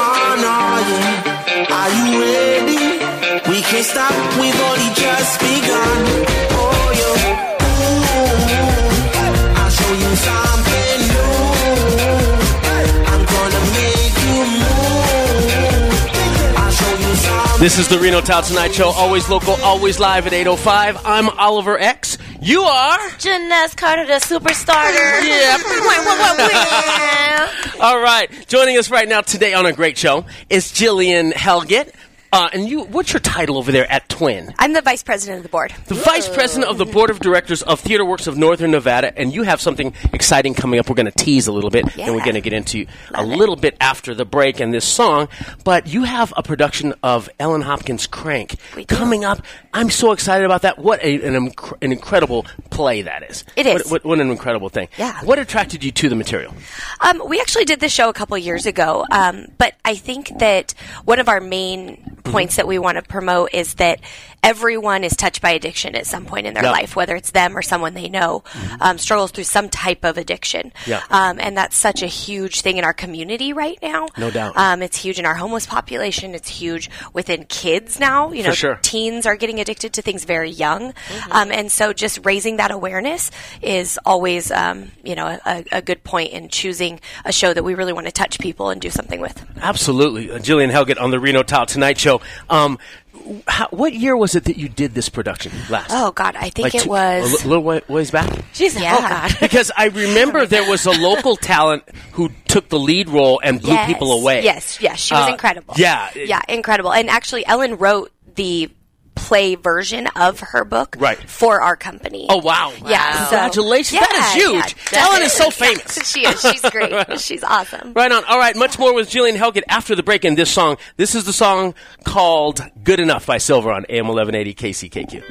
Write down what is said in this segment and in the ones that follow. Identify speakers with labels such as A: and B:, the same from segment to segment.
A: Oh no, yeah. Are you ready? We can't stop, we've only just begun. Oh yeah. Ooh, I'll show you something new. I'm gonna make you move. I'll show you something.
B: This is the Reno Town Tonight Show, always local, always live at 8.05. I'm Oliver X. You are?
C: Janess Carter, the superstarter.
B: Yeah.
C: Wah, wah, wah, wah.
B: All right. Joining us right now today on a great show is Jillian Helget. Uh, and you, what's your title over there at Twin?
D: I'm the vice president of the board.
B: The Vice President of the Board of Directors of Theater Works of Northern Nevada, and you have something exciting coming up. We're going to tease a little bit, and we're
D: Yeah.
B: going to get into a little bit after the break and this song. But you have a production of Ellen Hopkins' Crank
D: We do.
B: coming up. I'm so excited about that. What a, an, inc- an incredible play that is.
D: It
B: What-
D: is.
B: What, what an incredible thing.
D: Yeah.
B: What attracted you to the material?
D: Um, we actually did this show a couple years ago, um, but I think that one of our main
B: Mm-hmm.
D: points that we want to promote is that everyone is touched by addiction at some point in their
B: Yeah. Mm-hmm.
D: life, whether it's them or someone they know, um, struggles through some type of addiction.
B: Yeah.
D: Um, and that's such a huge thing in our community right now.
B: No doubt.
D: Um, it's huge in our homeless population. It's huge within kids now. You
B: For
D: know,
B: sure.
D: teens are getting addicted to things very young, um, and so just raising that awareness is always, um, you know, a- a, a good point in choosing a show that we really want to touch people and do something with.
B: Absolutely. Uh, Jillian Helget on the Reno Tile Tonight Show. Um, w- how, what year was it that you did this production last?
D: Oh God, I think
B: Like
D: it
B: two-
D: was.
B: a li- little wa- ways back.
D: Jeez, yeah. oh God.
B: because I remember there was a local talent who took the lead role and blew
D: Yes,
B: people away.
D: Yes, yes, she was
B: Uh,
D: incredible.
B: yeah.
D: yeah, incredible. And actually, Ellen wrote the play version of her book
B: Right.
D: for our company.
B: Oh wow!
D: Yeah, so-
B: Congratulations! that is
D: Yeah,
B: huge.
D: yeah,
B: Ellen is so
D: definitely.
B: famous.
D: she is. She's great. She's awesome.
B: Right on. All right, much more with Jillian Helget after the break in this song. This is the song called "Good Enough" by Silver on AM 1180 KCKQ.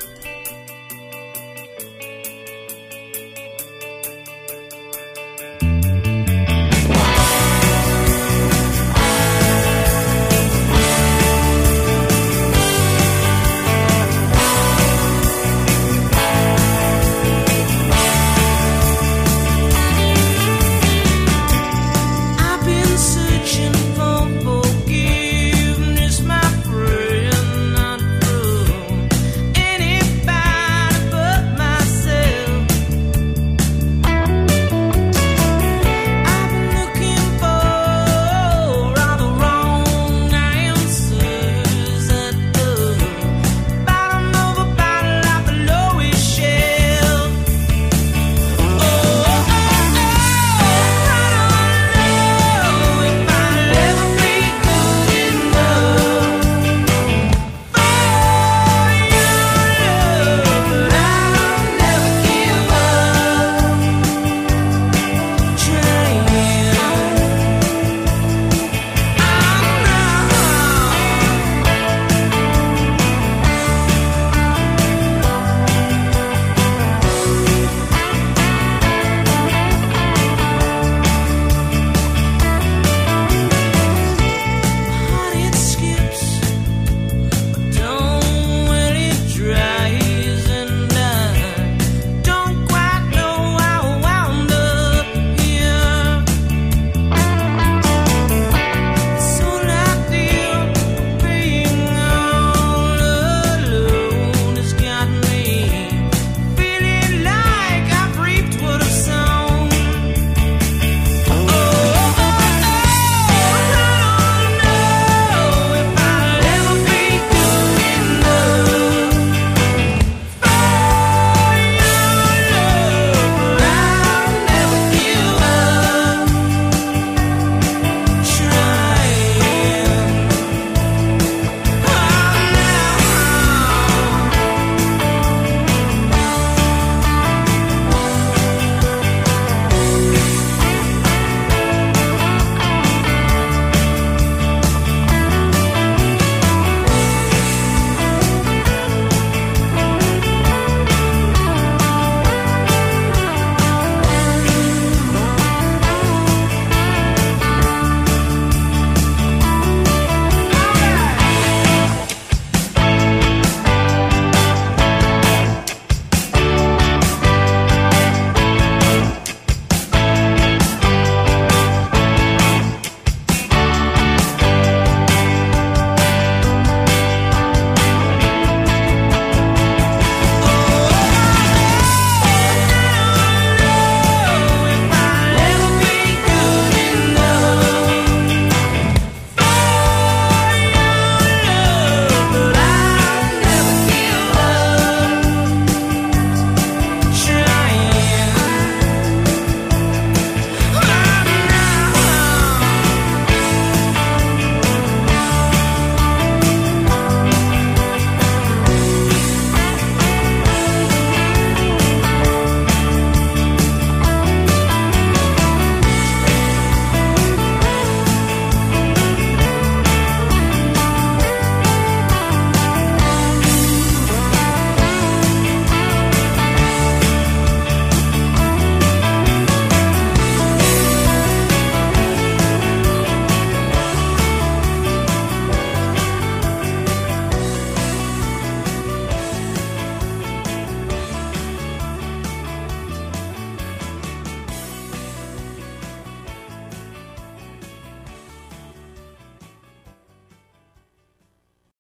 A: I've been searching for forgiveness, my friend, not from any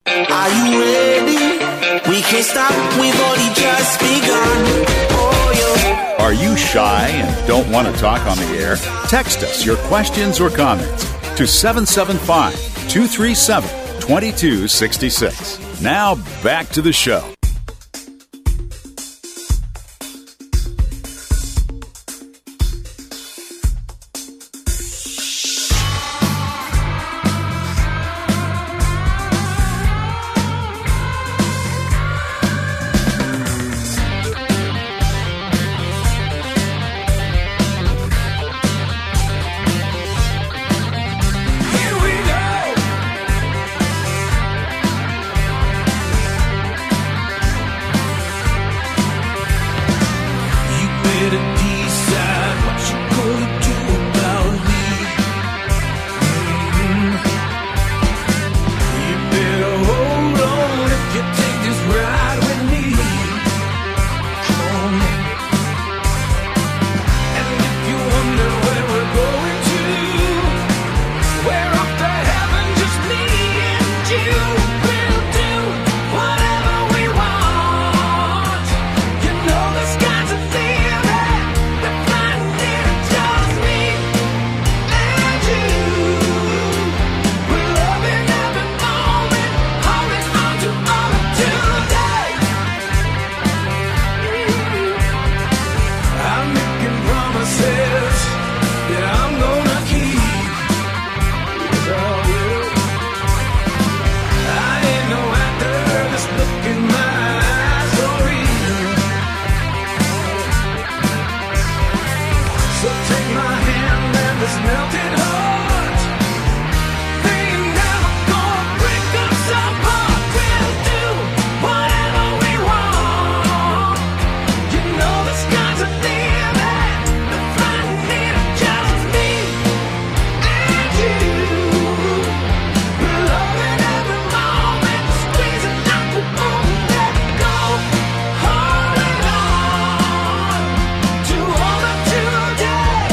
A: Are you ready? We can't stop, we've only just begun. Oh, yeah.
E: Are you shy and don't want to talk on the air? Text us your questions or comments to 775 237 2266. Now back to the show.
F: You better decide what you're gonna do about me. Mhm. You better hold on if you take this ride with me. Come on. And if you wonder where we're going to, we're off to heaven, just me and you. We'll do whatever we want. You know the sky's a theory. The flying there tells me and you. We're loving every moment, holding on to all of today. I'm making promises that I'm gonna keep. Oh, yeah. I ain't no actor, just look in my eyes, so real. So take my hand and this melted heart. They ain't never gonna break us apart. We'll do whatever we want. You know the sky's a limit. The flying near just me and you. We're loving every moment, squeezing out the moment. Let go, holding on to all of today, today.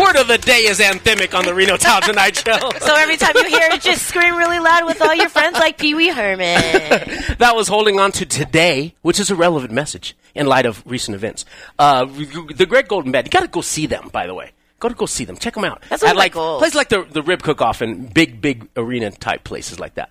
B: Word of the day is anthemic on the Reno Town Tonight Show.
D: So every time you hear it, just scream really loud with all your friends like Pee Wee Herman.
B: that was holding on to today, which is a relevant message in light of recent events. Uh, the Greg Golden Band, you got to go see them, by the way. Go to go see them. Check them out.
D: That's one
B: At
D: of my
B: like
D: goals.
B: places like the the Rib Cook Off and big big arena type places like that.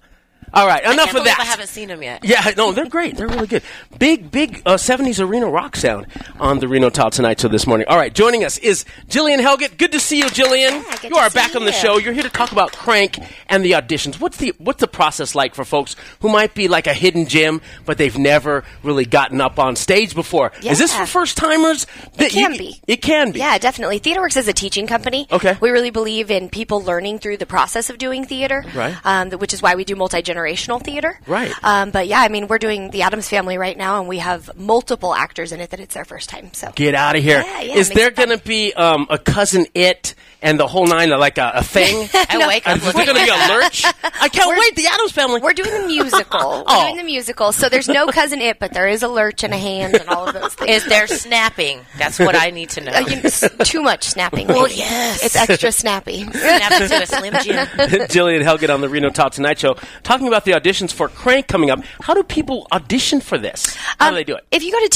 B: All right, enough
G: Can't
B: of
G: believe
B: that.
G: I haven't seen him yet.
B: Yeah, no, they're great. They're really good. Big, big uh, 70s arena rock sound on the Reno Tile tonight till this morning. All right, joining us is Jillian Helget. Good to see you, Jillian.
G: Yeah, good
B: you are
G: to
B: back
G: see
B: on the
G: you.
B: show. You're here to talk about Crank and the auditions. What's the what's the process like for folks who might be like a hidden gem, but they've never really gotten up on stage before? Is this for
D: Yeah.
B: first timers?
D: It can be.
B: It can be.
D: Yeah, definitely. TheaterWorks is a teaching company.
B: Okay.
D: We really believe in people learning through the process of doing theater,
B: Right.
D: Um, th- which is why we do multi generational theater.
B: Right.
D: Um, but yeah, I mean, we're doing The Adams Family right now, and we have multiple actors in it that it's their first time. So
B: Get out of here! Is
D: Yeah, yeah, makes
B: there
D: it fun.
B: going to be um, a cousin it and the whole nine, like a, a thing?
C: I wake
B: Is
C: up
B: there going to
C: looking.
B: be a lurch? I can't
D: We're-
B: wait. The Adams Family.
D: We're doing the musical.
B: Oh.
D: We're doing the musical. So there's no cousin it, but there is a lurch and a hand and all of those things.
C: Is there snapping? That's what I need to know.
D: Uh, you know, s- too much snapping?
C: Well,
D: maybe.
C: yes.
D: It's extra snapply.
C: Snap into a slim jim.
B: Jillian Helget on the Reno Top Tonight Show talking about the auditions for Crank coming up. How do people audition for this? How
D: Um,
B: do they do it? Mm-hmm.
D: If you go to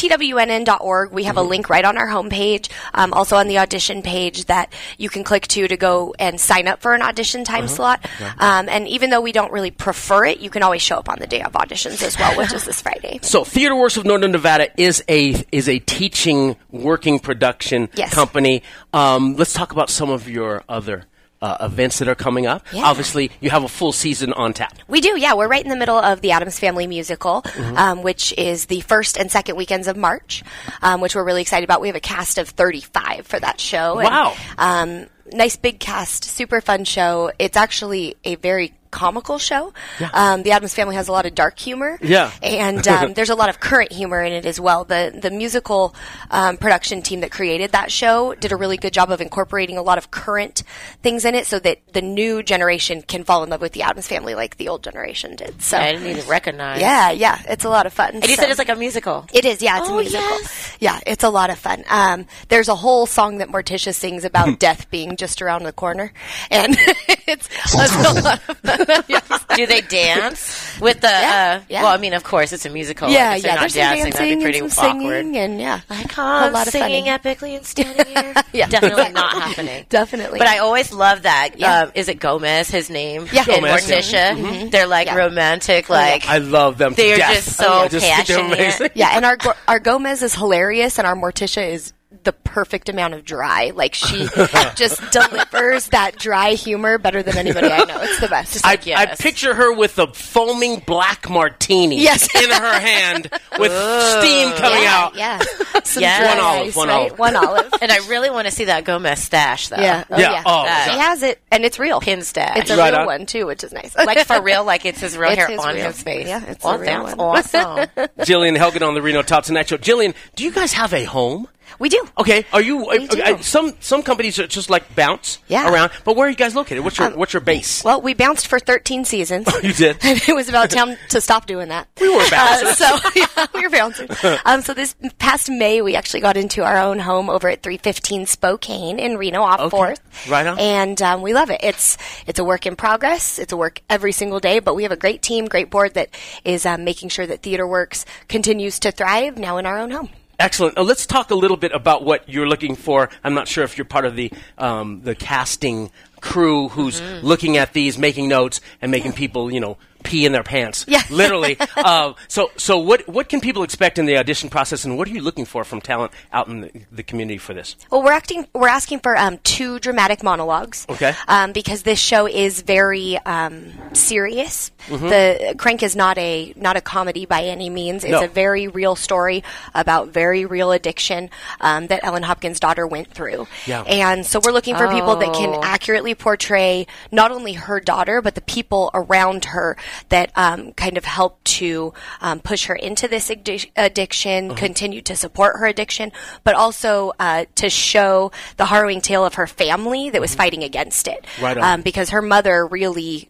D: twnn.org, we have a link right on our homepage, um, also on the audition page that you can click to to go and sign up for an audition time
B: Uh-huh.
D: slot. Um, and even though we don't really prefer it, you can always show up on the day of auditions as well, which is this Friday.
B: So Theater Works of Northern Nevada is a is a teaching working production
D: Yes.
B: company. Um, let's talk about some of your other uh, events that are coming up.
D: Yeah.
B: Obviously, you have a full season on tap.
D: We do, yeah. We're right in the middle of the Adams Family musical,
B: Mm-hmm.
D: um, which is the first and second weekends of March, um, which we're really excited about. We have a cast of 35 for that show. and,
B: Wow.
D: um, nice big cast, super fun show. It's actually a very comical show. Um, the Adams Family has a lot of dark humor.
B: Yeah.
D: And um, there's a lot of current humor in it as well. The the musical um, production team that created that show did a really good job of incorporating a lot of current things in it, so that the new generation can fall in love with the Adams Family like the old generation did. So
C: I didn't even recognize.
D: yeah, yeah, it's a lot of fun.
C: And you
D: So-
C: said it's like a musical.
D: it is, yeah. It's
C: Oh,
D: a musical.
C: yes.
D: Yeah, it's a lot of fun. Um, there's a whole song that Morticia sings
B: Hmm.
D: about death being just around the corner, and it's, it's a lot of fun. Yes.
C: Do they dance with the?
D: Yeah,
C: uh,
D: yeah.
C: Well, I mean, of course, it's a musical.
D: Yeah,
C: If they're
D: yeah.
C: not
D: There's some
C: dancing,
D: dancing
C: that'd be
D: and
C: pretty
D: some
C: awkward.
D: singing, and yeah, like
C: Come
D: a lot of funning.
C: singing epically and standing here.
D: Yeah.
C: definitely not happening.
D: Definitely.
C: But I always love that.
D: Yeah.
C: Um, is it Gomez? His name.
D: Yeah. Mm-hmm.
C: And
B: Gomez, yeah. Mm-hmm.
C: Morticia. They're like
D: Yeah.
C: romantic. Like
B: I love them. to
C: They are
B: death.
C: just so
B: I just think they're
C: passionate.
B: amazing.
D: yeah, and our Go- our Gomez is hilarious, and our Morticia is the perfect amount of dry. Like she just delivers that dry humor better than anybody I know. It's the best.
B: I,
C: like, yes.
B: I picture her with a foaming black martini
D: Yes.
B: in her hand with steam coming
D: yeah,
B: out.
D: Yeah. Some
C: Yes.
D: dry
C: One
B: olive,
D: ice,
B: one
D: right?
B: olive.
D: One olive.
C: and I really want to see that Gomez stash though.
D: Yeah. Oh,
B: Yeah,
D: yeah.
B: oh,
C: That-
D: he has it, and it's real.
C: Pin stash.
D: It's a
B: Right
D: real
B: on.
D: one too, which is nice.
C: like for real, like it's his real
D: It's
C: hair
D: his
C: on
D: real-
C: his face.
D: yeah, it's
C: well,
D: a real
C: that's
D: one.
C: awesome.
B: Jillian Helgen on the Reno Top Tonight Show. Jillian, do you guys have a home?
D: we do.
B: Okay, are you?
D: We do.
B: I- I- some some companies are just like bounce
D: Yeah. Um,
B: around, but where are you guys located? What's your what's your base?
D: Well, we bounced for 13 seasons.
B: Oh, You did.
D: And it was about time to stop doing that. We
B: were bouncers.
D: so yeah, we were bouncers. Um, so this past May, we actually got into our own home over at 315 Spokane in Reno, off
B: Okay.
D: Fourth.
B: Right on.
D: And um, we love it. It's it's a work in progress. It's a work every single day. But we have a great team, great board that is um, making sure that Theater Works continues to thrive now in our own home.
B: Excellent. Uh, let's talk a little bit about what you're looking for. I'm not sure if you're part of the um, the casting crew who's
D: Mm.
B: looking at these, making notes, and making people, you know, pee in their pants.
D: Yeah.
B: literally. uh, so, so what what can people expect in the audition process, and what are you looking for from talent out in the, the community for this?
D: Well, we're acting. We're asking for um, two dramatic monologues.
B: Okay.
D: Um, because this show is very um, serious.
B: Mm-hmm.
D: The Crank is not a not a comedy by any means. It's
B: No.
D: a very real story about very real addiction um, that Ellen Hopkins' daughter went through.
B: Yeah.
D: And so we're looking for people that can
C: Oh.
D: accurately portray not only her daughter but the people around her that um, kind of help to um, push her into this addi- addiction,
B: Mm-hmm.
D: continue to support her addiction, but also uh, to show the harrowing tale of her family that was fighting against it.
B: Mm-hmm. Right on.
D: Um, because her mother really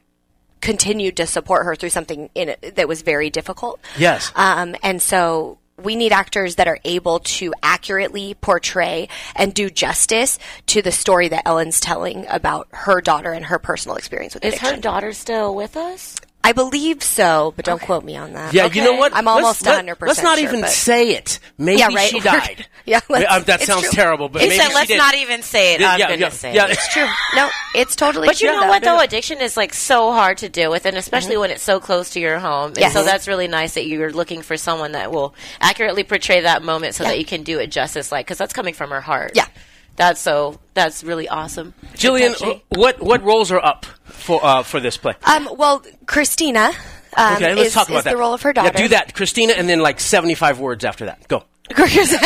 D: continued to support her through something in it that was very difficult.
B: Yes.
D: Um, and so we need actors that are able to accurately portray and do justice to the story that Ellen's telling about her daughter and her personal experience with
C: Is
D: addiction.
C: her daughter still with us?
D: I believe so, but don't quote me on that.
B: Yeah, you know
C: Okay.
B: what?
D: I'm almost
B: let-
D: 100%
B: Let's not
D: sure,
B: even
D: but-
B: say it. Maybe
D: Yeah, right.
B: she died.
D: Yeah, let's-
B: Uh, that
D: it's
B: sounds
D: true.
B: terrible, but
C: He
B: maybe
C: said,
B: she
C: "Let's
B: did."
C: not
D: e-"
C: even say it."
B: Yeah,
C: I'm
B: yeah,
C: gonna
B: yeah,
C: say
B: yeah.
C: it.
D: It's true. No, it's totally
C: But
D: true.
C: you know what though, addiction is like so hard to deal with, and especially when it's so close to your home. And
D: Mm-hmm. Yes.
C: so that's really nice that you're looking for someone that will accurately portray that moment, so that you can do it justice, like because that's coming from her heart.
D: Yeah.
C: that's so that's really awesome,
B: Jillian,
C: Touching.
B: uh, what what roles are up for uh, for this play?
D: Um, well, Christina um,
B: okay, let's
D: is,
B: talk about
D: is
B: that.
D: the role of her
B: Yeah,
D: daughter.
B: do that, Christina, and then like seventy five words after that. Go.
C: Don't
B: As a-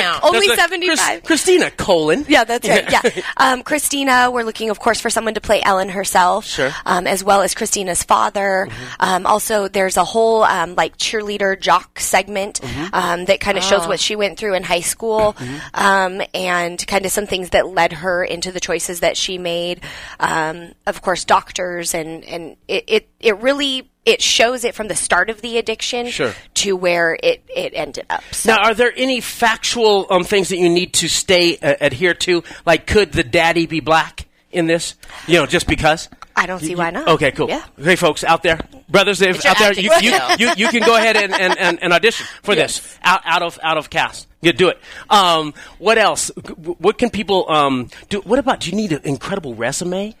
C: count.
D: Only
B: as a
D: 75.
B: Christina colon.
D: Yeah, that's right. Yeah. Um, Christina, we're looking, of course, for someone to play Ellen herself.
B: Sure. Mm-hmm.
D: Um, as well as Christina's father. Um, also, there's a whole, um, like cheerleader jock segment,
B: Mm-hmm.
D: um, that kind of shows what she went through in high school, um, and kind of some things that led her into the choices that she made. Um, of course, doctors and, and it, it, it really, it shows it from the start of the addiction
B: Sure.
D: to where it, it ended up. So.
B: Now, are there any factual um, things that you need to stay uh, adhere to? Like, could the daddy be black in this? You know, just because.
D: I don't see
B: You-
D: why
B: you-
D: not.
B: Okay, cool.
D: Yeah.
B: Hey, folks out there, brothers if
C: It's your
B: out there,
C: acting
B: you, you,
C: skill.
B: you, you can go ahead and, and, and, and audition for this out, out of out of cast. Yeah, do it. Um, what else? What can people um, do? What about? Do you need an incredible resume,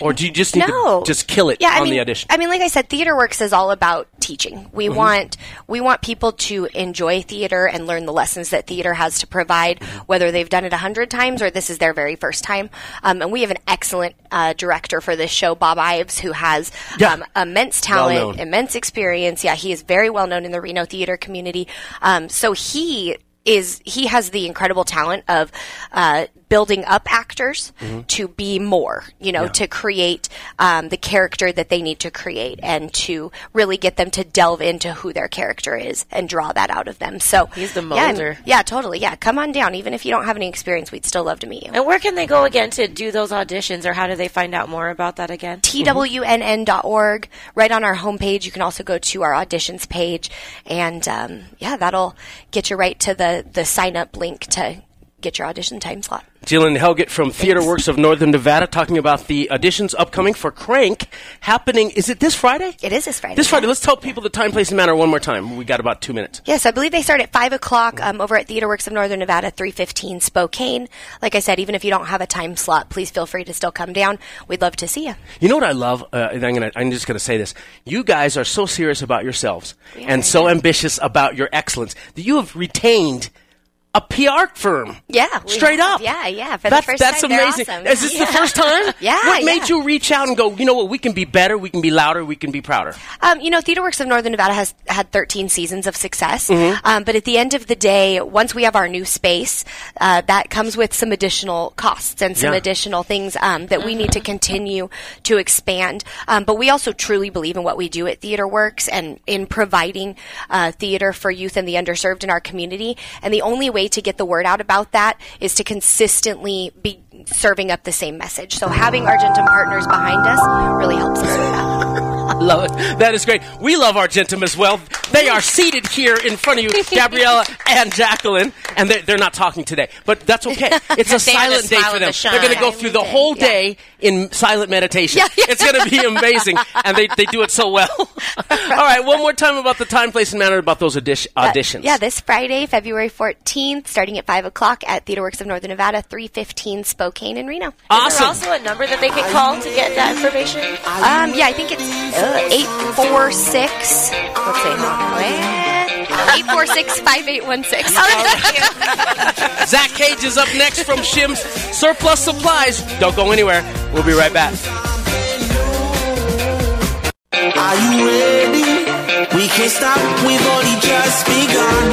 B: or do you just need
D: no
B: to just kill it
D: yeah, I
B: on
D: mean,
B: the audition? Mm-hmm.
D: I mean, like I said, TheaterWorks is all about teaching. We want we want people to enjoy theater and learn the lessons that theater has to provide,
B: Mm-hmm.
D: whether they've done it a hundred times or this is their very first time. Um, and we have an excellent uh, director for this show, Bob Ives, who has
B: Yeah.
D: um, immense
B: Well known.
D: talent, immense experience. Yeah, he is very well known in the Reno theater community. Um, so he is he has the incredible talent of uh, building up actors to be more, you know, to create um, the character that they need to create and to really get them to delve into who their character is and draw that out of them. So
C: He's the
D: yeah, I'm-
C: molder.
D: Yeah, totally. Yeah, come on down. Even if you don't have any experience, we'd still love to meet you.
C: And where can they go again to do those auditions, or how do they find out more about that again?
D: TWNN.org. Right on our homepage, you can also go to our auditions page, and um, yeah, that'll get you right to the the sign up link to get your audition time slot.
B: Jillian Helget from Theater Works of Northern Nevada talking about the auditions upcoming for Crank happening. Is it this Friday?
D: It is this Friday.
B: This Friday. Let's tell people the time, place, and manner one more time. We got about two minutes.
D: Yes, I believe they start at five o'clock um, over at TheaterWorks of Northern Nevada, three fifteen Spokane. Like I said, even if you don't have a time slot, please feel free to still come down. We'd love to see you.
B: You know what I love? Uh, and I'm, gonna, I'm just going to say this. You guys are so serious about yourselves and so ambitious about your excellence that you have retained a PR firm.
D: Yeah, we
B: Straight
D: have.
B: up.
D: Yeah, yeah, for the
B: that's
D: first
B: that's
D: time, they're
B: amazing.
D: awesome.
B: Is this
D: Yeah.
B: the first time?
D: Yeah,
B: What made
D: yeah.
B: you reach out and go, you know what, we can be better, we can be louder, we can be prouder?
D: Um, you know, TheaterWorks of Northern Nevada has had 13 seasons of success. Um, but at the end of the day, once we have our new space, uh, that comes with some additional costs and some
B: Yeah.
D: additional things um, that we need to continue to expand. Um, but we also truly believe in what we do at TheaterWorks and in providing uh, theater for youth and the underserved in our community. And the only way to get the word out about that is to consistently be serving up the same message. So having Argentum Partners behind us really helps us with that.
B: Love it. That is great. We love Argentum as well. They are seated here in front of you, Gabriella and Jacqueline, and they're, they're not talking today, but that's okay. It's a
C: They had a
B: silent day
C: smile
B: for
C: in
B: them.
C: the shine.
B: they're going to go
D: Silent
B: through the
D: day,
B: whole
D: yeah.
B: day in silent meditation. It's going to be amazing, and they, they do it so well. All right, one more time about the time, place, and manner about those audition,
D: Uh,
B: auditions.
D: Yeah, this Friday, February 14th, starting at 5 o'clock at TheaterWorks of Northern Nevada, 315 Spokane in Reno.
C: Is there
B: awesome.
C: also a number that they can call to get that information?
D: Um, yeah, I think it's uh, 846. Let's see. Eight four six five eight one six.
C: Oh,
B: Zach Cage is up next from Shim's Surplus Supplies. Don't go anywhere. We'll be right back.
A: Are you ready? We can't stop, we've only just begun.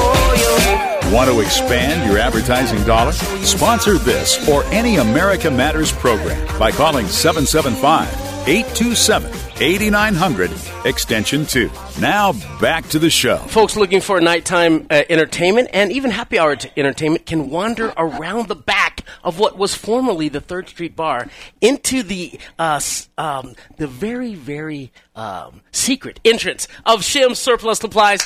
A: Oh, yeah.
E: Want to expand your advertising dollar? Sponsor this or any America Matters program by calling 775 827 8900 Extension 2. Now back to the show.
B: folks looking for nighttime uh, entertainment and even happy hour t- entertainment can wander around the back of what was formerly the Third Street Bar into the uh, s- um, the very very um, secret entrance of Shim Surplus Supplies.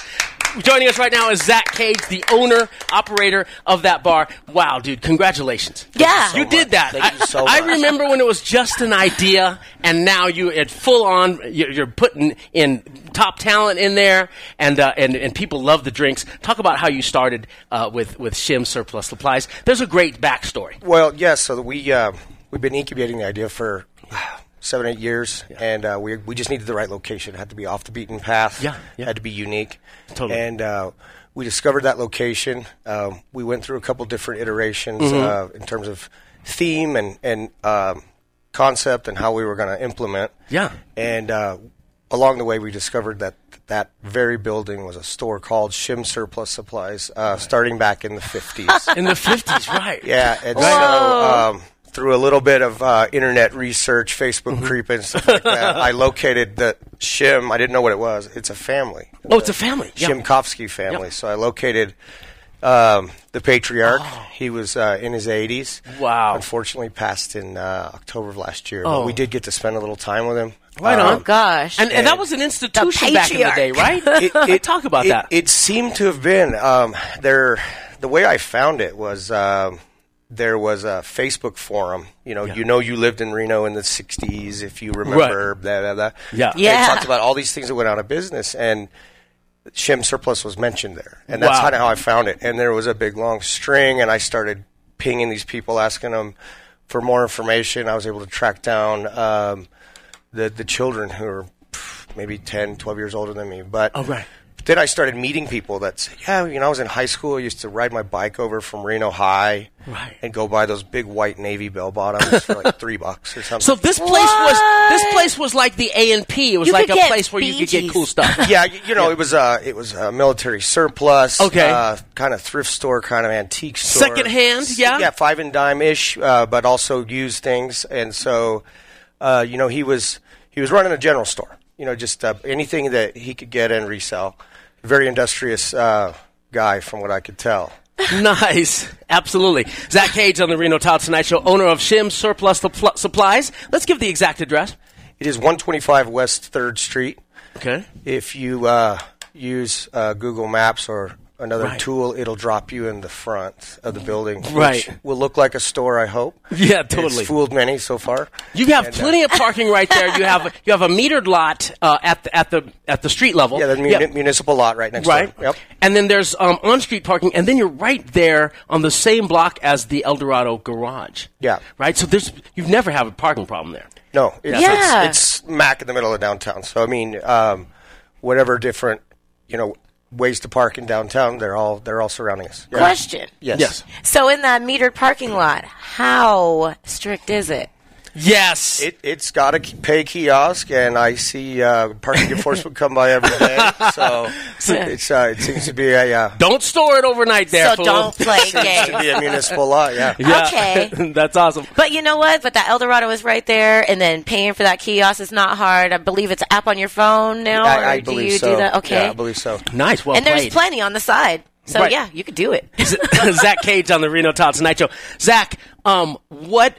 B: Joining us right now is Zach Cage, the owner operator of that bar. Wow, dude! Congratulations.
D: Yeah.
B: you did that. I, I remember when it was just an idea, and now you it full on. You're, you're putting in top talent in there, and uh, and and people love the drinks. Talk about how you started uh, with with Shim Surplus Supplies. There's a great backstory.
G: Well, yes. So that we uh, we've been incubating the idea for seven, eight years, and uh, we we just needed the right location. It had to be off the beaten path.
B: Yeah, yeah.
G: Had to be unique.
B: Totally.
G: And uh, we discovered that location. Um, we went through a couple different iterations uh,
B: Mm-hmm.
G: in terms of theme and and um concept and how we were going to implement.
B: Yeah.
G: And uh, along the way, we discovered that that very building was a store called Shim Surplus Supplies, uh, starting back in the 50s.
B: in the fifties, right?
G: yeah, and so um, through a little bit of uh, internet research,
B: Mm-hmm.
G: Facebook creep and stuff like that, I located the Shim. I didn't know what it was. It's a family.
B: Oh, it's a family. Yeah.
G: Shimkovsky family. So I located um, the patriarch. He was uh, in his 80s.
B: Oh. Wow.
G: Unfortunately, passed in uh, October of last year. But
B: Oh.
G: we did get to spend a little time with him.
B: Right
G: Um,
B: on.
C: Oh gosh.
B: And, and that was an institution back in the day, right? Talk about
G: it,
B: that.
G: It seemed to have been um, there. The way I found it was um, there was a Facebook forum. You know, you know, you lived in Reno in the '60s, if you remember. Blah blah blah.
B: Yeah.
G: They
C: Yeah.
G: talked about all these things that went out of business, and Shim Surplus was mentioned there, and that's
B: Wow.
G: kind of how I found it. And there was a big long string, and I started pinging these people, asking them for more information. I was able to track down um, the the children who are pff, maybe 10, 12 years older than me, but
B: Oh, right.
G: then I started meeting people that said, yeah, you know, I was in high school. I used to ride my bike over from Reno High
B: Right.
G: and go buy those big white navy bell bottoms for like three bucks or something.
B: So this place was this place was like the A and P. It was
D: You
B: like
D: could
B: a
D: get
B: place where you could
D: BGs.
B: get cool stuff.
G: yeah, y- you know, it was a it was a military surplus,
B: Okay.
G: uh, kind of thrift store, kind of antique store,
B: Secondhand,
G: S-
B: yeah?
G: yeah, five and dime ish, uh, but also used things. And so, uh, you know, he was he was running a general store, you know, just uh, anything that he could get and resell. Very industrious uh, guy, from what I could tell.
B: Nice. Absolutely. Zach Cage on the Reno Tile Tonight Show, owner of Shim Surplus Supl- Supplies. Let's give the exact address.
G: It is 125 West Third Street.
B: Okay.
G: If you uh, use uh, Google Maps or another
B: Right.
G: tool, it'll drop you in the front of the building, which
B: Right.
G: will look like a store. I hope.
B: Yeah,
G: It's
B: totally.
G: fooled many so far.
B: You have
G: uh,
B: plenty of parking right there. You have you have a metered lot uh, at the at the at the street level.
G: Yeah, the muni-
B: Yep.
G: municipal lot right next
B: Oh, Right.
G: door. Yep.
B: And then there's um, on street parking, and then you're right there on the same block as the Eldorado garage.
G: Yeah.
B: Right? So there's you've never have a parking problem there.
G: No, it's,
C: Yeah.
G: it's, it's smack in the middle of downtown. So I mean, um, whatever different you know ways to park in downtown, they're all they're all surrounding us. Yeah.
C: Question.
G: Yes.
B: Yes.
C: So in that metered parking lot, how strict is it?
B: Yes.
G: It, it's got a k- pay kiosk, and I see uh, parking enforcement come by every day. So it's, uh, it seems to be a uh,
B: don't store it overnight there.
C: So
B: fool.
C: don't play
G: to
C: games.
G: be a municipal lot. Yeah.
B: Yeah.
C: Okay.
B: That's awesome.
C: But you know what? But that Eldorado is right there, and then paying for that kiosk is not hard. I believe it's app on your phone now. or
G: I, I
C: do
G: believe
C: you
G: so.
C: do that? Okay.
G: Yeah, I believe so.
B: Nice. Well
C: and there's
B: played.
C: plenty on the side. So
B: Right.
C: yeah, you could do it.
B: Zach Cage on the Reno Tile Tonight Show. Zach, um, what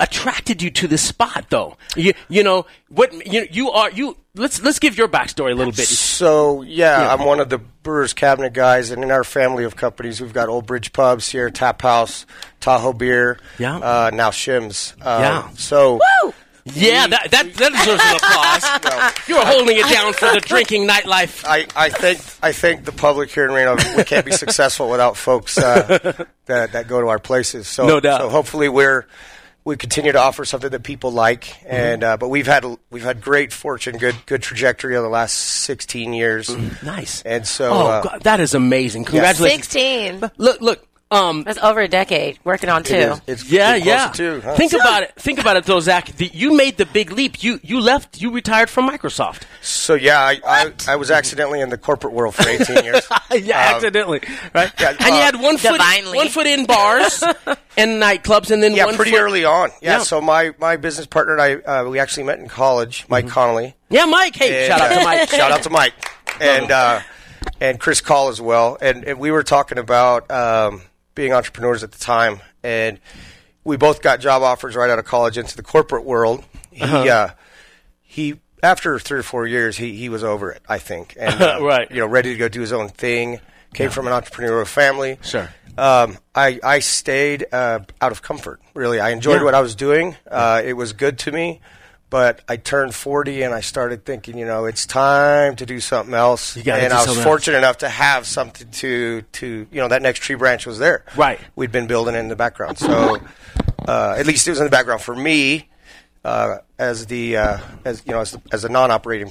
B: attracted you to this spot, though? You, you know what? You, you are you. Let's let's give your backstory a little bit.
G: So yeah, I'm one of the Brewers Cabinet guys, and in our family of companies, we've got Old Bridge Pub, Sierra Tap House, Tahoe Beer,
B: Yeah.
G: uh, now Shims. Um,
B: Yeah.
G: So
B: Yeah, that that, that deserves an applause. You're holding it down for the drinking nightlife.
G: I, I think I think the public here in Reno, we can't be successful without folks uh, that that go to our places. So
B: No doubt.
G: So hopefully we're. We continue to offer something that people like,
B: Mm-hmm.
G: and uh, but we've had we've had great fortune, good good trajectory over the last sixteen years.
B: Mm-hmm. Nice.
G: And so,
B: oh,
G: uh,
B: God, that is amazing. Congratulations.
C: Sixteen.
B: Look, look. Um,
C: That's over a decade working on two.
G: It is- it's
B: Yeah,
G: it's close
B: yeah.
G: to two, huh?
B: Think about it. Think about it, though, Zach. The, you made the big leap. You you left. You retired from Microsoft.
G: So yeah, I, I, I was accidentally in the corporate world for 18 years.
B: yeah,
G: Um,
B: accidentally, right?
G: yeah,
B: and you
G: uh,
B: had one foot
C: Divinely.
B: one foot in bars and nightclubs, and then
G: Yeah,
B: one
G: pretty
B: foot-
G: early on. Yeah,
B: Yeah.
G: So my, my business partner and I uh, we actually met in college, Mike
B: Mm-hmm.
G: Connolly.
B: Yeah, Mike. Hey,
G: And,
B: shout out
G: uh,
B: to Mike.
G: shout out to Mike. And uh, and Chris Call as well. And, and we were talking about um, being entrepreneurs at the time, and we both got job offers right out of college into the corporate world. He uh, he after three or four years, he he was over it, I think, and uh,
B: Right.
G: you know, ready to go do his own thing. Came from an entrepreneurial family.
B: Sure.
G: Um, I I stayed uh, out of comfort. Really, I enjoyed
B: Yeah.
G: what I was doing. Uh, it was good to me, but I turned forty and I started thinking, you know, it's time to do something else.
B: gotta
G: and
B: do
G: I was
B: something else.
G: fortunate enough to have something to to you know that next tree branch was there.
B: Right.
G: We'd been building it in the background, so uh, at least it was in the background for me. Uh, as the uh, as you know as, the, as a non-operating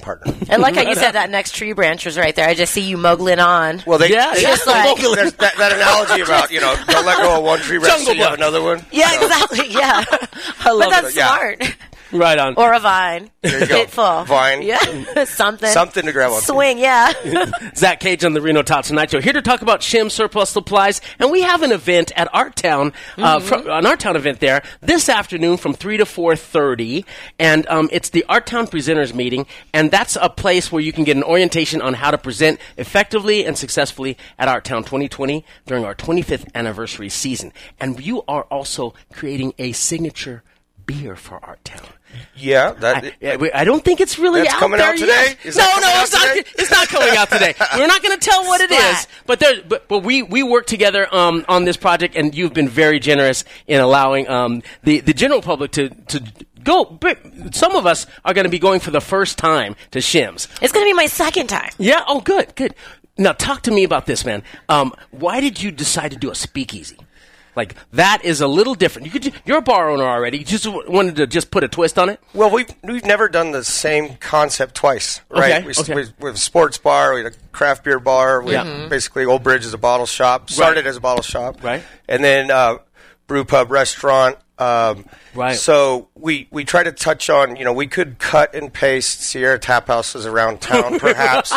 G: partner.
C: I like how you said that next tree branch was right there. I just see you mogling on.
G: Well, they,
B: Yeah,
G: they-
B: yeah.
C: Vocalist.
G: there's that, that analogy about you know don't let go of one tree branch
B: Jungle
G: so you have
B: Book.
G: another one.
C: yeah, exactly. Yeah.
B: I love
C: but that's
B: it.
G: Yeah.
C: smart.
B: Right on.
C: Or a vine.
G: you go.
C: Pitfall.
G: Vine.
C: Yeah. Something.
G: Something to grab onto.
C: Swing, yeah.
B: Zach Cage on the Reno Top Tonight Show here to talk about Shim Surplus Supplies, and we have an event at our town, uh, fro- an Art Town event there this afternoon from three to four thirty, and um, it's the Art Town Presenters Meeting, and that's a place where you can get an orientation on how to present effectively and successfully at Art Town 2020 during our 25th anniversary season, and you are also creating a signature beer for Art Town.
G: Yeah, that,
B: I, yeah, we- I don't think it's really
G: That's
B: out
G: coming
B: there
G: out today?
B: yet.
G: Is
B: No,
G: that
B: no,
G: coming out
B: it's not.
G: today?
B: It's not coming out today. We're not going to tell what it
C: Splat.
B: is, but there, but, but we we work together um, on this project, and you've been very generous in allowing um, the the general public to to go. But some of us are going to be going for the first time to Shims.
C: it's going to be my second time.
B: Yeah. Oh, good, good. Now talk to me about this, man. Um, why did you decide to do a speakeasy? Like that is a little different. You could, ju- you're a bar owner already. You just w- wanted to just put a twist on it.
G: Well, we've we've never done the same concept twice, right?
B: Okay,
G: we,
B: okay.
G: We, we have a sports bar, we had a craft beer bar. We
B: Yeah. Mm-hmm.
G: basically Old Bridge is a bottle shop. Started as a bottle shop,
B: Right.
G: And then uh, brew pub restaurant. Um,
B: Right.
G: So we we try to touch on you know we could cut and paste Sierra tap houses around town perhaps,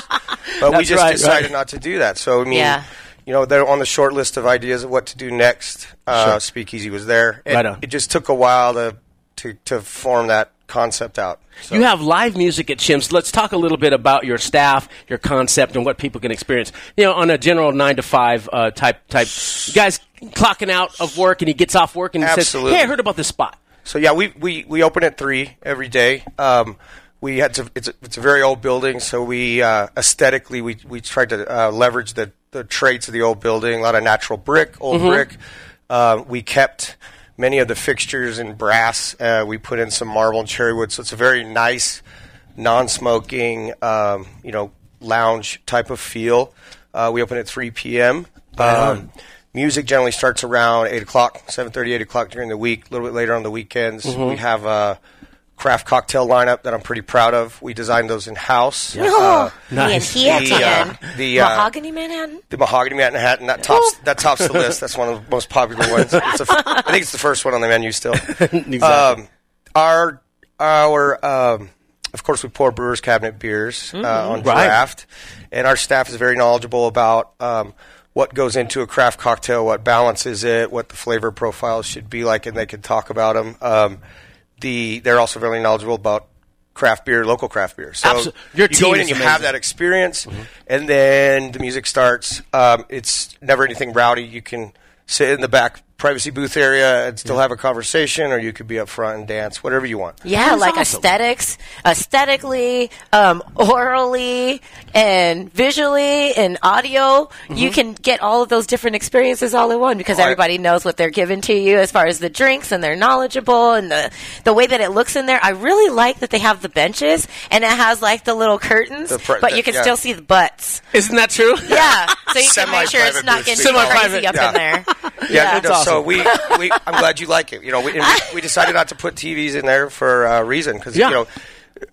G: but we
B: That's
G: just
B: right,
G: decided
B: right.
G: not to do that. So I mean.
C: Yeah.
G: You know they're on the short list of ideas of what to do next. Uh, Speakeasy was there. It,
B: Right on.
G: it just took a while to to, to form that concept out. So-
B: You have live music at Chimps. Let's talk a little bit about your staff, your concept, and what people can experience. You know, on a general nine to five uh, type type guys clocking out of work and he gets off work and he
G: Absolutely.
B: says, "Hey, I heard about this spot."
G: So yeah, we we we open at three every day. Um, we had to. It's a, it's a very old building, so we uh, aesthetically we we tried to uh, leverage the the traits of the old building. A lot of natural brick, old brick. Uh, we kept many of the fixtures in brass. Uh, we put in some marble and cherry wood, so it's a very nice, non-smoking, um, you know, lounge type of feel. Uh, we open at three p.m. Um, Music generally starts around eight o'clock, 7:30, 8 o'clock during the week. A little bit later on the weekends, we have a craft cocktail lineup that I'm pretty proud of. We designed those in house. Uh,
B: Nice.
C: Me and he
G: The, uh,
C: again.
G: the, uh,
C: Mahogany Manhattan.
G: the mahogany Manhattan that tops that tops the list. That's one of the most popular ones. It's the f- I think it's the first one on the menu still. Um, our our um, of course we pour brewers cabinet beers uh, on
B: Mm-hmm. Right.
G: draft, and our staff is very knowledgeable about um, what goes into a craft cocktail, what balances it, what the flavor profiles should be like, and they can talk about them. Um, the they're also very knowledgeable about craft beer, local craft beer. So
B: Absol- your
G: you go
B: team
G: in
B: is
G: and you have
B: amazing.
G: that experience, and then the music starts. Um, it's never anything rowdy. You can sit in the back privacy booth area and still have a conversation, or you could be up front and dance, whatever you want.
C: Yeah, like aesthetics, aesthetically, um, orally, and visually, and audio. You can get all of those different experiences all in one because
G: I-
C: everybody knows what they're giving to you as far as the drinks, and they're knowledgeable, and the the way that it looks in there. I really like that they have the benches and it has like the little curtains,
G: The pri-
C: but
G: the-
C: you can
G: yeah.
C: still see the butts.
B: Isn't that true?
C: Yeah, so you can make sure it's
G: Semi-private
C: not
G: booths,
C: getting
G: they
C: too
G: call it.
C: crazy up
G: Yeah.
C: in there.
G: Yeah,
B: that's
G: no, so
B: awesome.
G: we, we, I'm glad you like it. You know, we, and we, we decided not to put TVs in there for a reason because
B: Yeah.
G: you know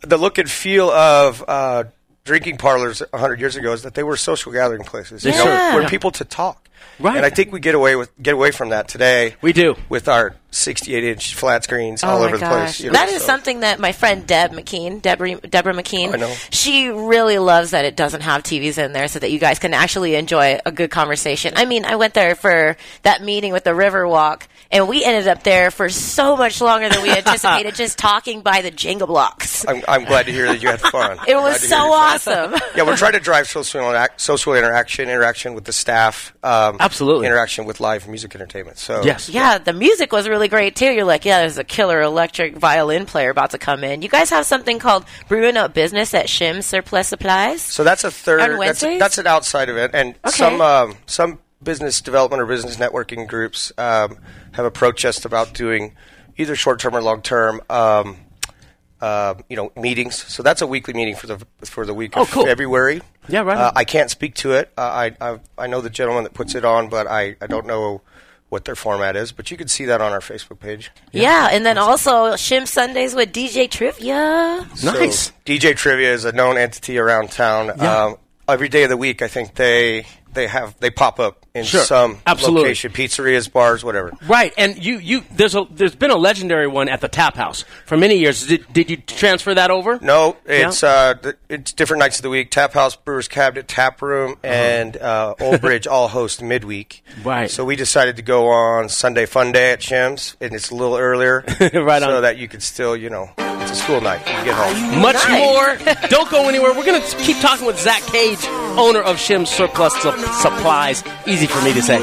G: the look and feel of uh, drinking parlors 100 years ago is that they were social gathering places. You
B: Yeah.
G: know, were people to talk.
B: Right.
G: And I think we get away with get away from that today.
B: We do.
G: with our 68 inch flat screens all
C: Oh my
G: over the place.
C: gosh.
G: you know,
C: that is
G: so-
C: something that my friend Deb McKean, Deborah, Deborah McKean,
G: I know.
C: she really loves that it doesn't have TVs in there so that you guys can actually enjoy a good conversation. I mean, I went there for that meeting with the Riverwalk, and we ended up there for so much longer than we anticipated, just talking by the Jenga blocks.
G: I'm, I'm glad to hear that you had fun.
C: It
G: I'm glad
C: was
G: to hear you
C: so
G: had
C: awesome.
G: fun. Yeah, we're trying to drive social interac- social interaction, interaction with the staff, um,
B: Absolutely.
G: interaction with live music entertainment. So
B: Yes.
C: Yeah, the music was really great too. You're like, yeah, there's a killer electric violin player about to come in. You guys have something called Brewing Up Business at Shim Surplus Supplies.
G: So that's a third.
C: On
G: that's,
C: Wednesdays?
G: that's an outside event, and
C: Okay.
G: some um, some business development or business networking groups um, have approached us about doing either short term or long term. Um, uh, you know, meetings. So that's a weekly meeting for the for the week of
B: Oh, cool.
G: February.
B: Yeah, right
G: Uh,
B: on.
G: I can't speak to it. Uh, I, I I know the gentleman that puts it on, but I, I don't know what their format is. But you can see that on our Facebook page.
C: Yeah, and then also Shim Sundays with DJ Trivia.
B: Nice.
G: So DJ Trivia is a known entity around town.
B: Yeah.
G: Um, every day of the week, I think they they have they pop up in
B: Sure.
G: some
B: Absolutely.
G: location, pizzerias, bars, whatever.
B: Right, and you, you there's a there's been a legendary one at the Tap House for many years. Did, did you transfer that over?
G: No, it's
B: Yeah.
G: uh, th- it's different nights of the week. Tap House, Brewers Cabinet, Tap Room, and uh, Old Bridge all host midweek.
B: Uh-huh. Right.
G: So we decided to go on Sunday Fun Day at Shem's, and it's a little earlier,
B: Right
G: so
B: on.
G: that you can still, you know, it's a school night. You get home.
B: Much
C: Nice.
B: more. Don't go anywhere. We're gonna keep talking with Zach Cage, owner of Shim Surplus Sup- Supplies. Easy for me to say.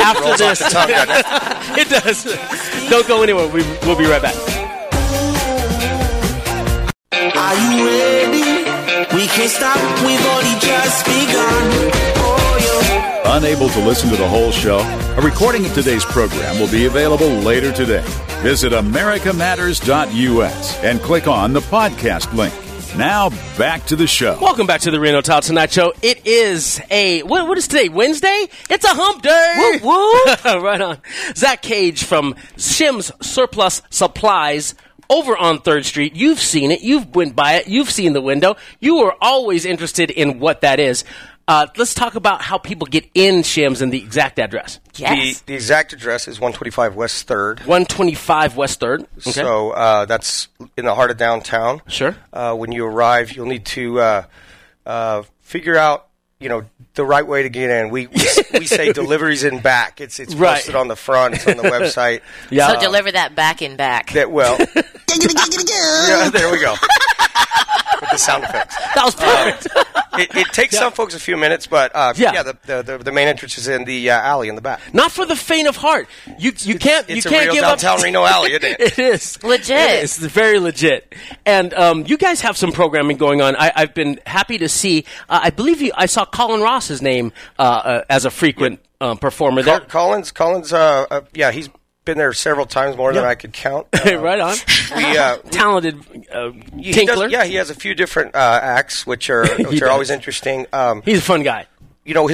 B: After
G: Rolls
B: this,
G: off the tongue, doesn't it?
B: it does. Don't go anywhere. We, we'll be right back.
A: Are you ready? We can't stop, we've only just begun. Oh, yeah.
E: Unable to listen to the whole show? A recording of today's program will be available later today. Visit americamatters.us and click on the podcast link. Now back to the show.
B: Welcome back to the Reno Tile Tonight Show. It is a what, what is today? Wednesday? It's a hump day. Woo woo! right on. Zach Cage from Shim's Surplus Supplies over on Third Street. You've seen it. You've went by it. You've seen the window. You are always interested in what that is. Uh, let's talk about how people get in Shim's and the exact address.
C: Yes.
G: The, the exact address is 125 West Third.
B: One twenty five West Third. Okay.
G: So uh, that's in the heart of downtown.
B: Sure.
G: Uh, when you arrive, you'll need to uh, uh, figure out, you know, the right way to get in. We we, s- we say deliveries in back. It's it's
B: Right.
G: posted on the front. It's on the website.
B: yeah.
G: Uh,
C: So deliver that back and back.
G: That well. Yeah, there we go. With the sound effects.
B: that was perfect.
G: It, it takes some folks a few minutes, but uh,
B: Yeah.
G: yeah, the, the, the the main entrance is in the uh, alley in the back.
B: Not for the faint of heart. You you can't
G: It's
B: you
G: a
B: can't
G: real
B: give
G: downtown
B: up.
G: Reno alley, isn't it?
B: it is
C: Legit.
B: It is very legit. And um, you guys have some programming going on. I, I've been happy to see. Uh, I believe you. I saw Colin Ross's name uh, uh, as a frequent um, performer
G: Col-
B: there.
G: Collins, Collins, uh, uh, yeah, he's been there several times more than
B: Yeah.
G: I could count. Uh,
B: right on.
G: We, uh,
B: Talented uh,
G: he does-
B: tinkler.
G: yeah, he has a few different uh, acts, which are which are
B: does.
G: always interesting. Um,
B: he's a fun guy.
G: you know,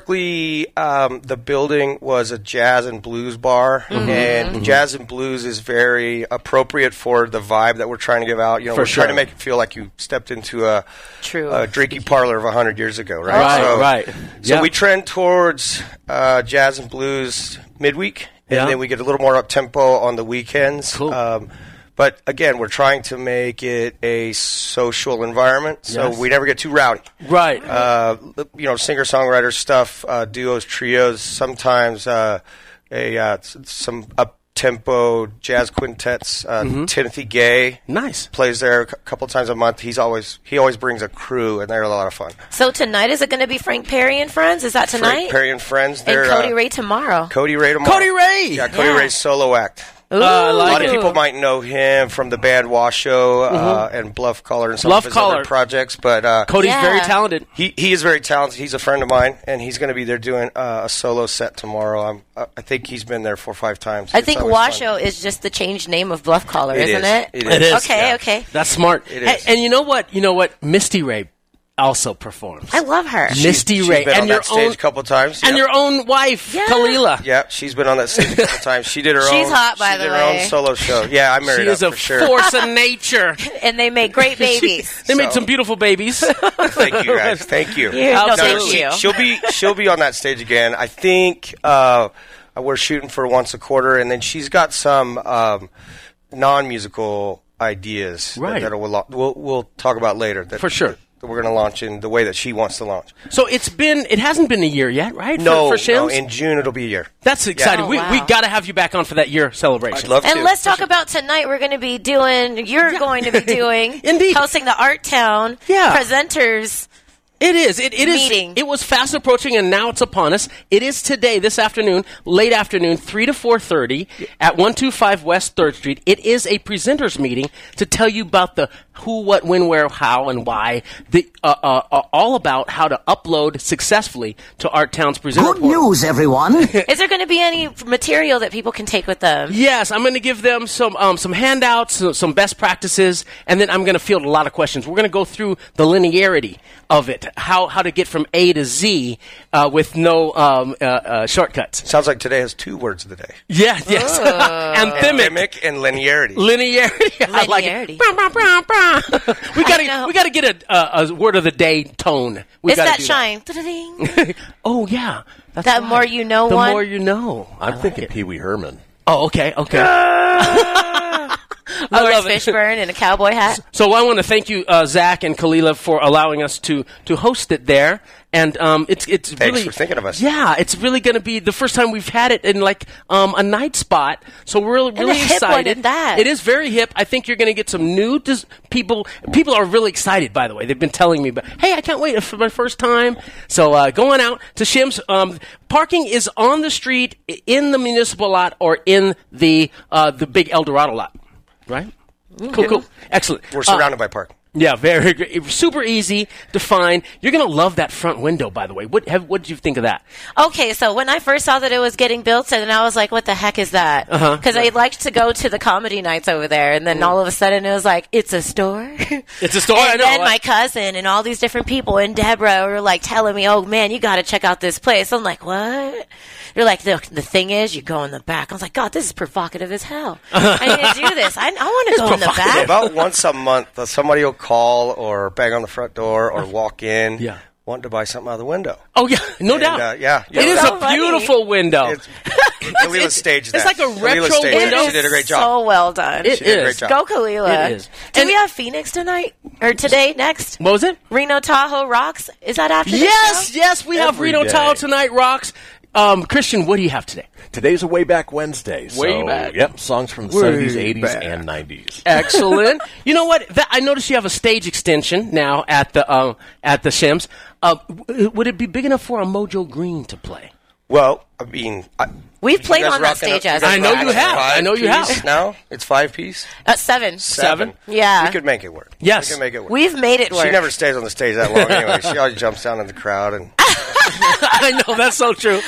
G: historically, um, the building was a jazz and blues bar, and jazz and blues is very appropriate for the vibe that we're trying to give out. You know,
B: For
G: we're
B: sure.
G: trying to make it feel like you stepped into a
C: True.
G: a drinking parlor of hundred years ago, right?
B: Right, right.
G: So
B: Yeah.
G: we trend towards uh, jazz and blues midweek, and
B: Yeah.
G: then we get a little more up tempo on the weekends.
B: Cool.
G: Um, but again, we're trying to make it a social environment, so
B: Yes.
G: we never get too rowdy
B: Right.
G: uh, you know, singer songwriter stuff, uh, duos, trios, sometimes uh, a uh, s- some up tempo jazz quintets. Uh, Timothy Gay
B: Mm-hmm. nice.
G: plays there a cou- couple times a month. He's always he always brings a crew, and they're a lot of fun.
C: So tonight is it going to be Frank Perry and friends? Is that tonight?
G: Frank Perry and friends.
C: and
G: They're
C: Cody
G: uh,
C: Ray tomorrow.
G: Cody Ray. tomorrow.
B: Cody Ray. Uh,
G: Yeah, Cody
C: Yeah.
G: Ray's solo act.
C: Ooh.
B: I
G: uh, A
B: like
G: lot
B: it.
G: of people might know him from the Bad Washoe uh, and Bluff Collar and some
B: Mm-hmm. Bluff
G: of his
B: Collar.
G: other projects, but uh,
B: Cody's
C: Yeah.
B: very talented.
G: He, he is very talented. He's a friend of mine, and he's going to be there doing uh, a solo set tomorrow. I'm, I I think he's been there four or five times.
C: I
G: It's
C: think
G: always
C: Washoe
G: fun.
C: is just the changed name of Bluff Collar,
G: It
C: is isn't
G: is.
C: it?
G: It It is. is,
C: Okay,
G: yeah.
C: okay.
B: That's smart.
G: It
B: A-
G: is.
B: And, you know what? You know what? Misty Ray also performs.
C: I love her.
B: Misty
G: She's
B: Ray
G: been
B: and
G: on
B: your
G: that stage
B: own
G: a couple times.
B: and
G: Yep.
B: your own wife
C: Yeah.
B: Kalila.
G: Yeah, she's been on that stage a couple times. She did her own.
C: She's hot, by
G: she
C: the
G: did her
C: way.
G: own solo show. Yeah, I married
B: She
G: her
B: is a
G: for sure.
B: force of nature.
C: and they make great babies.
B: They made
G: So-
B: some beautiful babies.
G: Thank you guys. Thank you.
C: Yeah, no,
B: Absolutely.
C: thank you.
G: She'll be she'll be on that stage again. I think uh, we're shooting for once a quarter, and then she's got some um, non musical ideas
B: Right.
G: that, that we'll, we'll we'll talk about later. That,
B: For sure.
G: That we're going to launch in the way that she wants to launch.
B: so it's been it hasn't been a year yet, right? for-
G: No,
B: for,
G: no,
B: Shims?
G: in June it'll be a year.
B: That's exciting.
C: Oh,
B: we
C: wow.
B: we got to have you back on for that year celebration.
G: I'd love to.
C: And let's talk about tonight. We're going to be doing. You're going to be doing.
B: Indeed.
C: Hosting the Art Town.
B: Yeah.
C: Presenters.
B: it is. It, it is.
C: Meeting.
B: It was fast approaching, and now it's upon us. It is today, this afternoon, late afternoon, three to four thirty at one two five West Third Street. It is a presenters meeting to tell you about the who, what, when, where, how, and why. The uh, uh, uh, all about how to upload successfully to Art Town's presenter
H: Good
B: portal.
H: news, everyone.
C: Is there going to be any material that people can take with them?
B: Yes, I'm going to give them some um, some handouts, some, some best practices, and then I'm going to field a lot of questions. We're going to go through the linearity of it how how to get from A to Z uh, with no um, uh, uh, shortcuts.
G: Sounds like today has two words of the day:
B: Yeah, yes,
C: Oh.
B: anthemic.
G: gimmick and linearity.
B: Linearity. I like it.
C: Linearity.
B: Bah, bah, bah, bah. we gotta
C: know.
B: we gotta get a, a, a word of the day tone. We
C: it's
B: gotta
C: that
B: do
C: shine. Ding.
B: Oh yeah, That's
C: That
B: right.
C: more you know
B: The
C: one.
B: more you know. I'm
I: Thinking Pee Wee Herman.
B: Oh, okay, okay. I
C: Lawrence
B: love it.
C: Fishburne in a cowboy hat.
B: So I want to thank you, uh, Zach and Kalila, for allowing us to to host it there. And um, it's it's
G: Thanks
B: really
G: for thinking of us.
B: Yeah, it's really going to be the first time we've had it in like um, a night spot. So we're really,
C: a
B: really
C: hip one at
B: excited.
C: that.
B: It is very hip. I think you're going to get some new dis- people. People are really excited. By the way, they've been telling me, "But hey, I can't wait for my first time." So uh, go on out to Shim's. Um, parking is on the street, i- in the municipal lot, or in the uh, the big El Dorado lot. Right. Cool, cool, excellent.
G: Mm-hmm. We're
B: Uh,
G: surrounded by park.
B: yeah, very great. It was Super easy to find. You're gonna love that front window, by the way. What have, what did you think of that?
C: Okay, so when I first saw that it was getting built, and then I was like, "What the heck is that?" Because
B: Uh-huh,
C: I liked to go to the comedy nights over there, and then all of a sudden it was like, "It's a store."
B: It's a store,
C: And
B: Oh, I know.
C: then
B: I-
C: my cousin and all these different people and Deborah were like telling me, "Oh man, you got to check out this place." I'm like, "What?" They're like, "The the thing is, you go in the back." I was like, "God, this is provocative as hell. I need to do this. I, I want to go in the back."
G: About once a month, uh, somebody will call or bang on the front door or walk in,
B: Yeah.
G: wanting to buy something out of the window.
B: Oh yeah, no
G: And,
B: doubt.
G: uh, yeah,
B: it
G: yeah.
B: is
C: So
B: a
C: funny.
B: beautiful window.
G: It's, Kalila staged
B: it's
G: that.
B: like a
G: Kalila
B: retro
G: staged it.
B: window.
G: She did a great
C: So
G: job.
C: well done.
B: It
G: she did a great
B: is.
G: job.
C: Go Kalila.
B: It is.
C: Do
B: And-
C: we have Phoenix tonight or today? Next?
B: what was it?
C: Reno Tahoe rocks. Is that after? this
B: Yes,
C: show?
B: yes. We have
I: Every
B: Reno
I: day.
B: Tile tonight. Rocks. Um, Christian, what do you have today?
I: Today's a way back Wednesday. So,
B: Way back.
I: Yep, songs from the
B: Way
I: 70s, 80s,
B: back.
I: and 90s.
B: Excellent. you know what? That, I noticed you have a stage extension now at the um, at the Shims. Uh, w- would it be big enough for a Mojo Green to play?
G: Well, I mean, I,
C: We've played
G: you guys
C: on that
G: rocking
C: stage
G: up-
C: as
G: guys
B: I know
G: rocking
B: you have.
G: five
B: I know you have.
G: piece Now it's five piece.
C: uh, seven.
B: Seven?
C: Yeah.
G: we could make it work.
B: Yes.
G: we could make it work.
C: We've made it work.
G: she never stays on the stage that long anyway. She always jumps down in the crowd and
B: I know that's so true.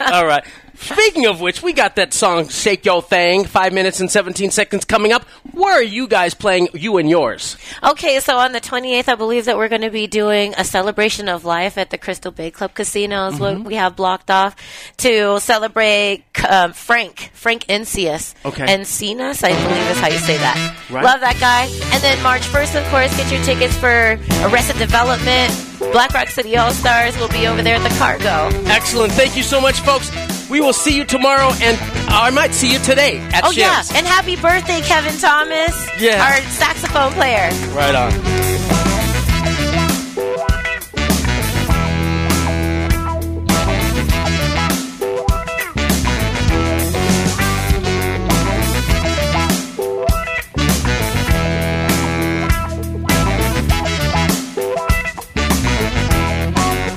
B: All right. Speaking of which, we got that song "Shake Yo Thing" five minutes and seventeen seconds coming up. Where are you guys playing? You and yours.
C: Okay, so on the 28th, I believe that we're going to be doing a celebration of life at the Crystal Bay Club Casino, is what we have blocked off to celebrate um, Frank, Frank Encius.
B: Okay.
C: Encinas, I believe is how you say that.
B: Right.
C: Love that guy. And then March 1st, of course, get your tickets for Arrested Development. Black Rock City All Stars will be over there at the Cargo.
B: Excellent. Thank you so much, folks. We will see you tomorrow, and I might see you today at
C: Oh,
B: Shams.
C: yeah. And happy birthday, Kevin Thomas,
B: Yeah.
C: our saxophone player.
B: Right on.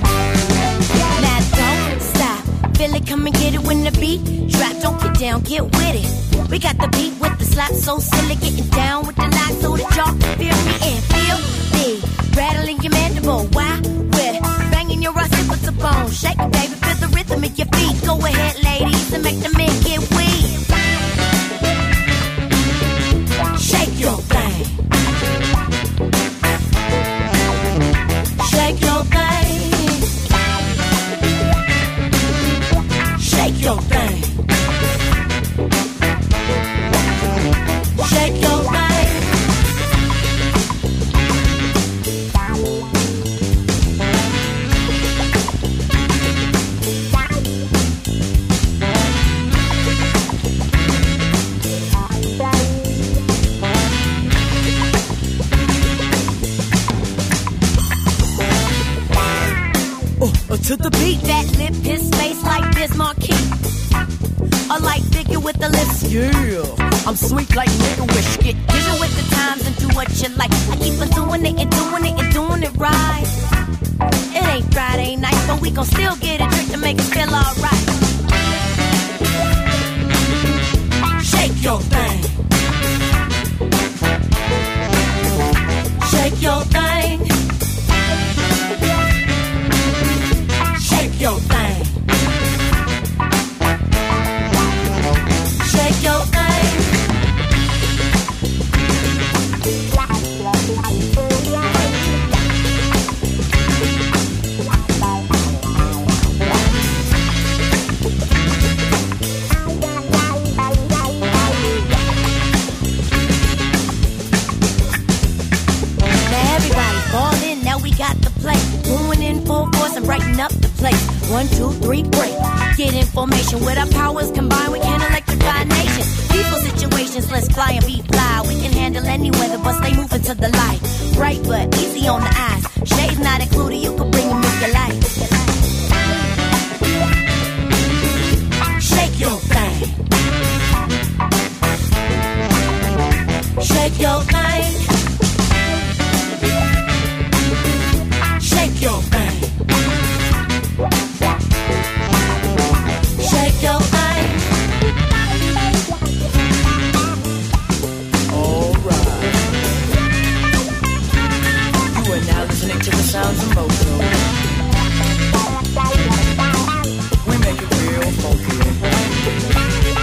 H: Now don't stop. Feel it, come and get it when the beat drop. Don't get down, get with it. We got the beat with the slap, so silly, getting down with the lock so that y'all can feel me and feel me. Rattling your mandible, why? With banging your rusty with the bone. Shake it, baby, feel the rhythm of your feet. Go ahead, ladies, and make the men get weak. Shake your thing. Shake your thing. Shake your thing. Shake your thing. to the beat. That lip, his face like this marquee. A light figure with the lips. Yeah, I'm sweet like nigga wish. Get busy with the times and do what you like. I keep on doing it and doing it and doing it right. It ain't Friday night, but we gon' still get a drink to make us feel alright. Shake your thing. Shake your thing. Shake your thing. Shake your thing.
F: break. Get information with our powers combined, we can electrify a nation. People situations, let's fly and be fly. We can handle any weather, but stay moving to the light. Bright but easy on the eyes. Shades not included, you can bring them if you like. Shake your thing. Shake your thing. Shake your thing. Shake your thing.
H: You are now listening to the sounds of Mojo. We make it real funky.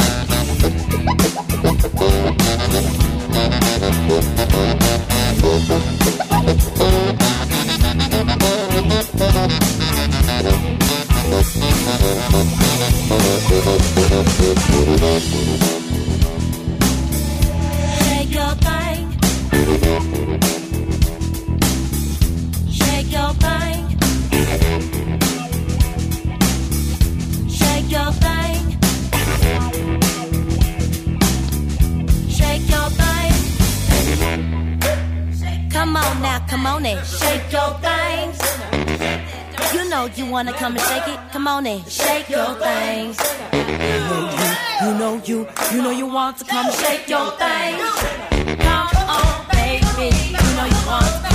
F: Shake your thing. Shake your thing. Shake your thing. Shake your thing. Come on now, come on in. Shake your things. You know you wanna come and shake it. Come on in. Shake your things.
H: You know you, you know you want to come
F: Come shake your thing. Come on, baby. You know you want to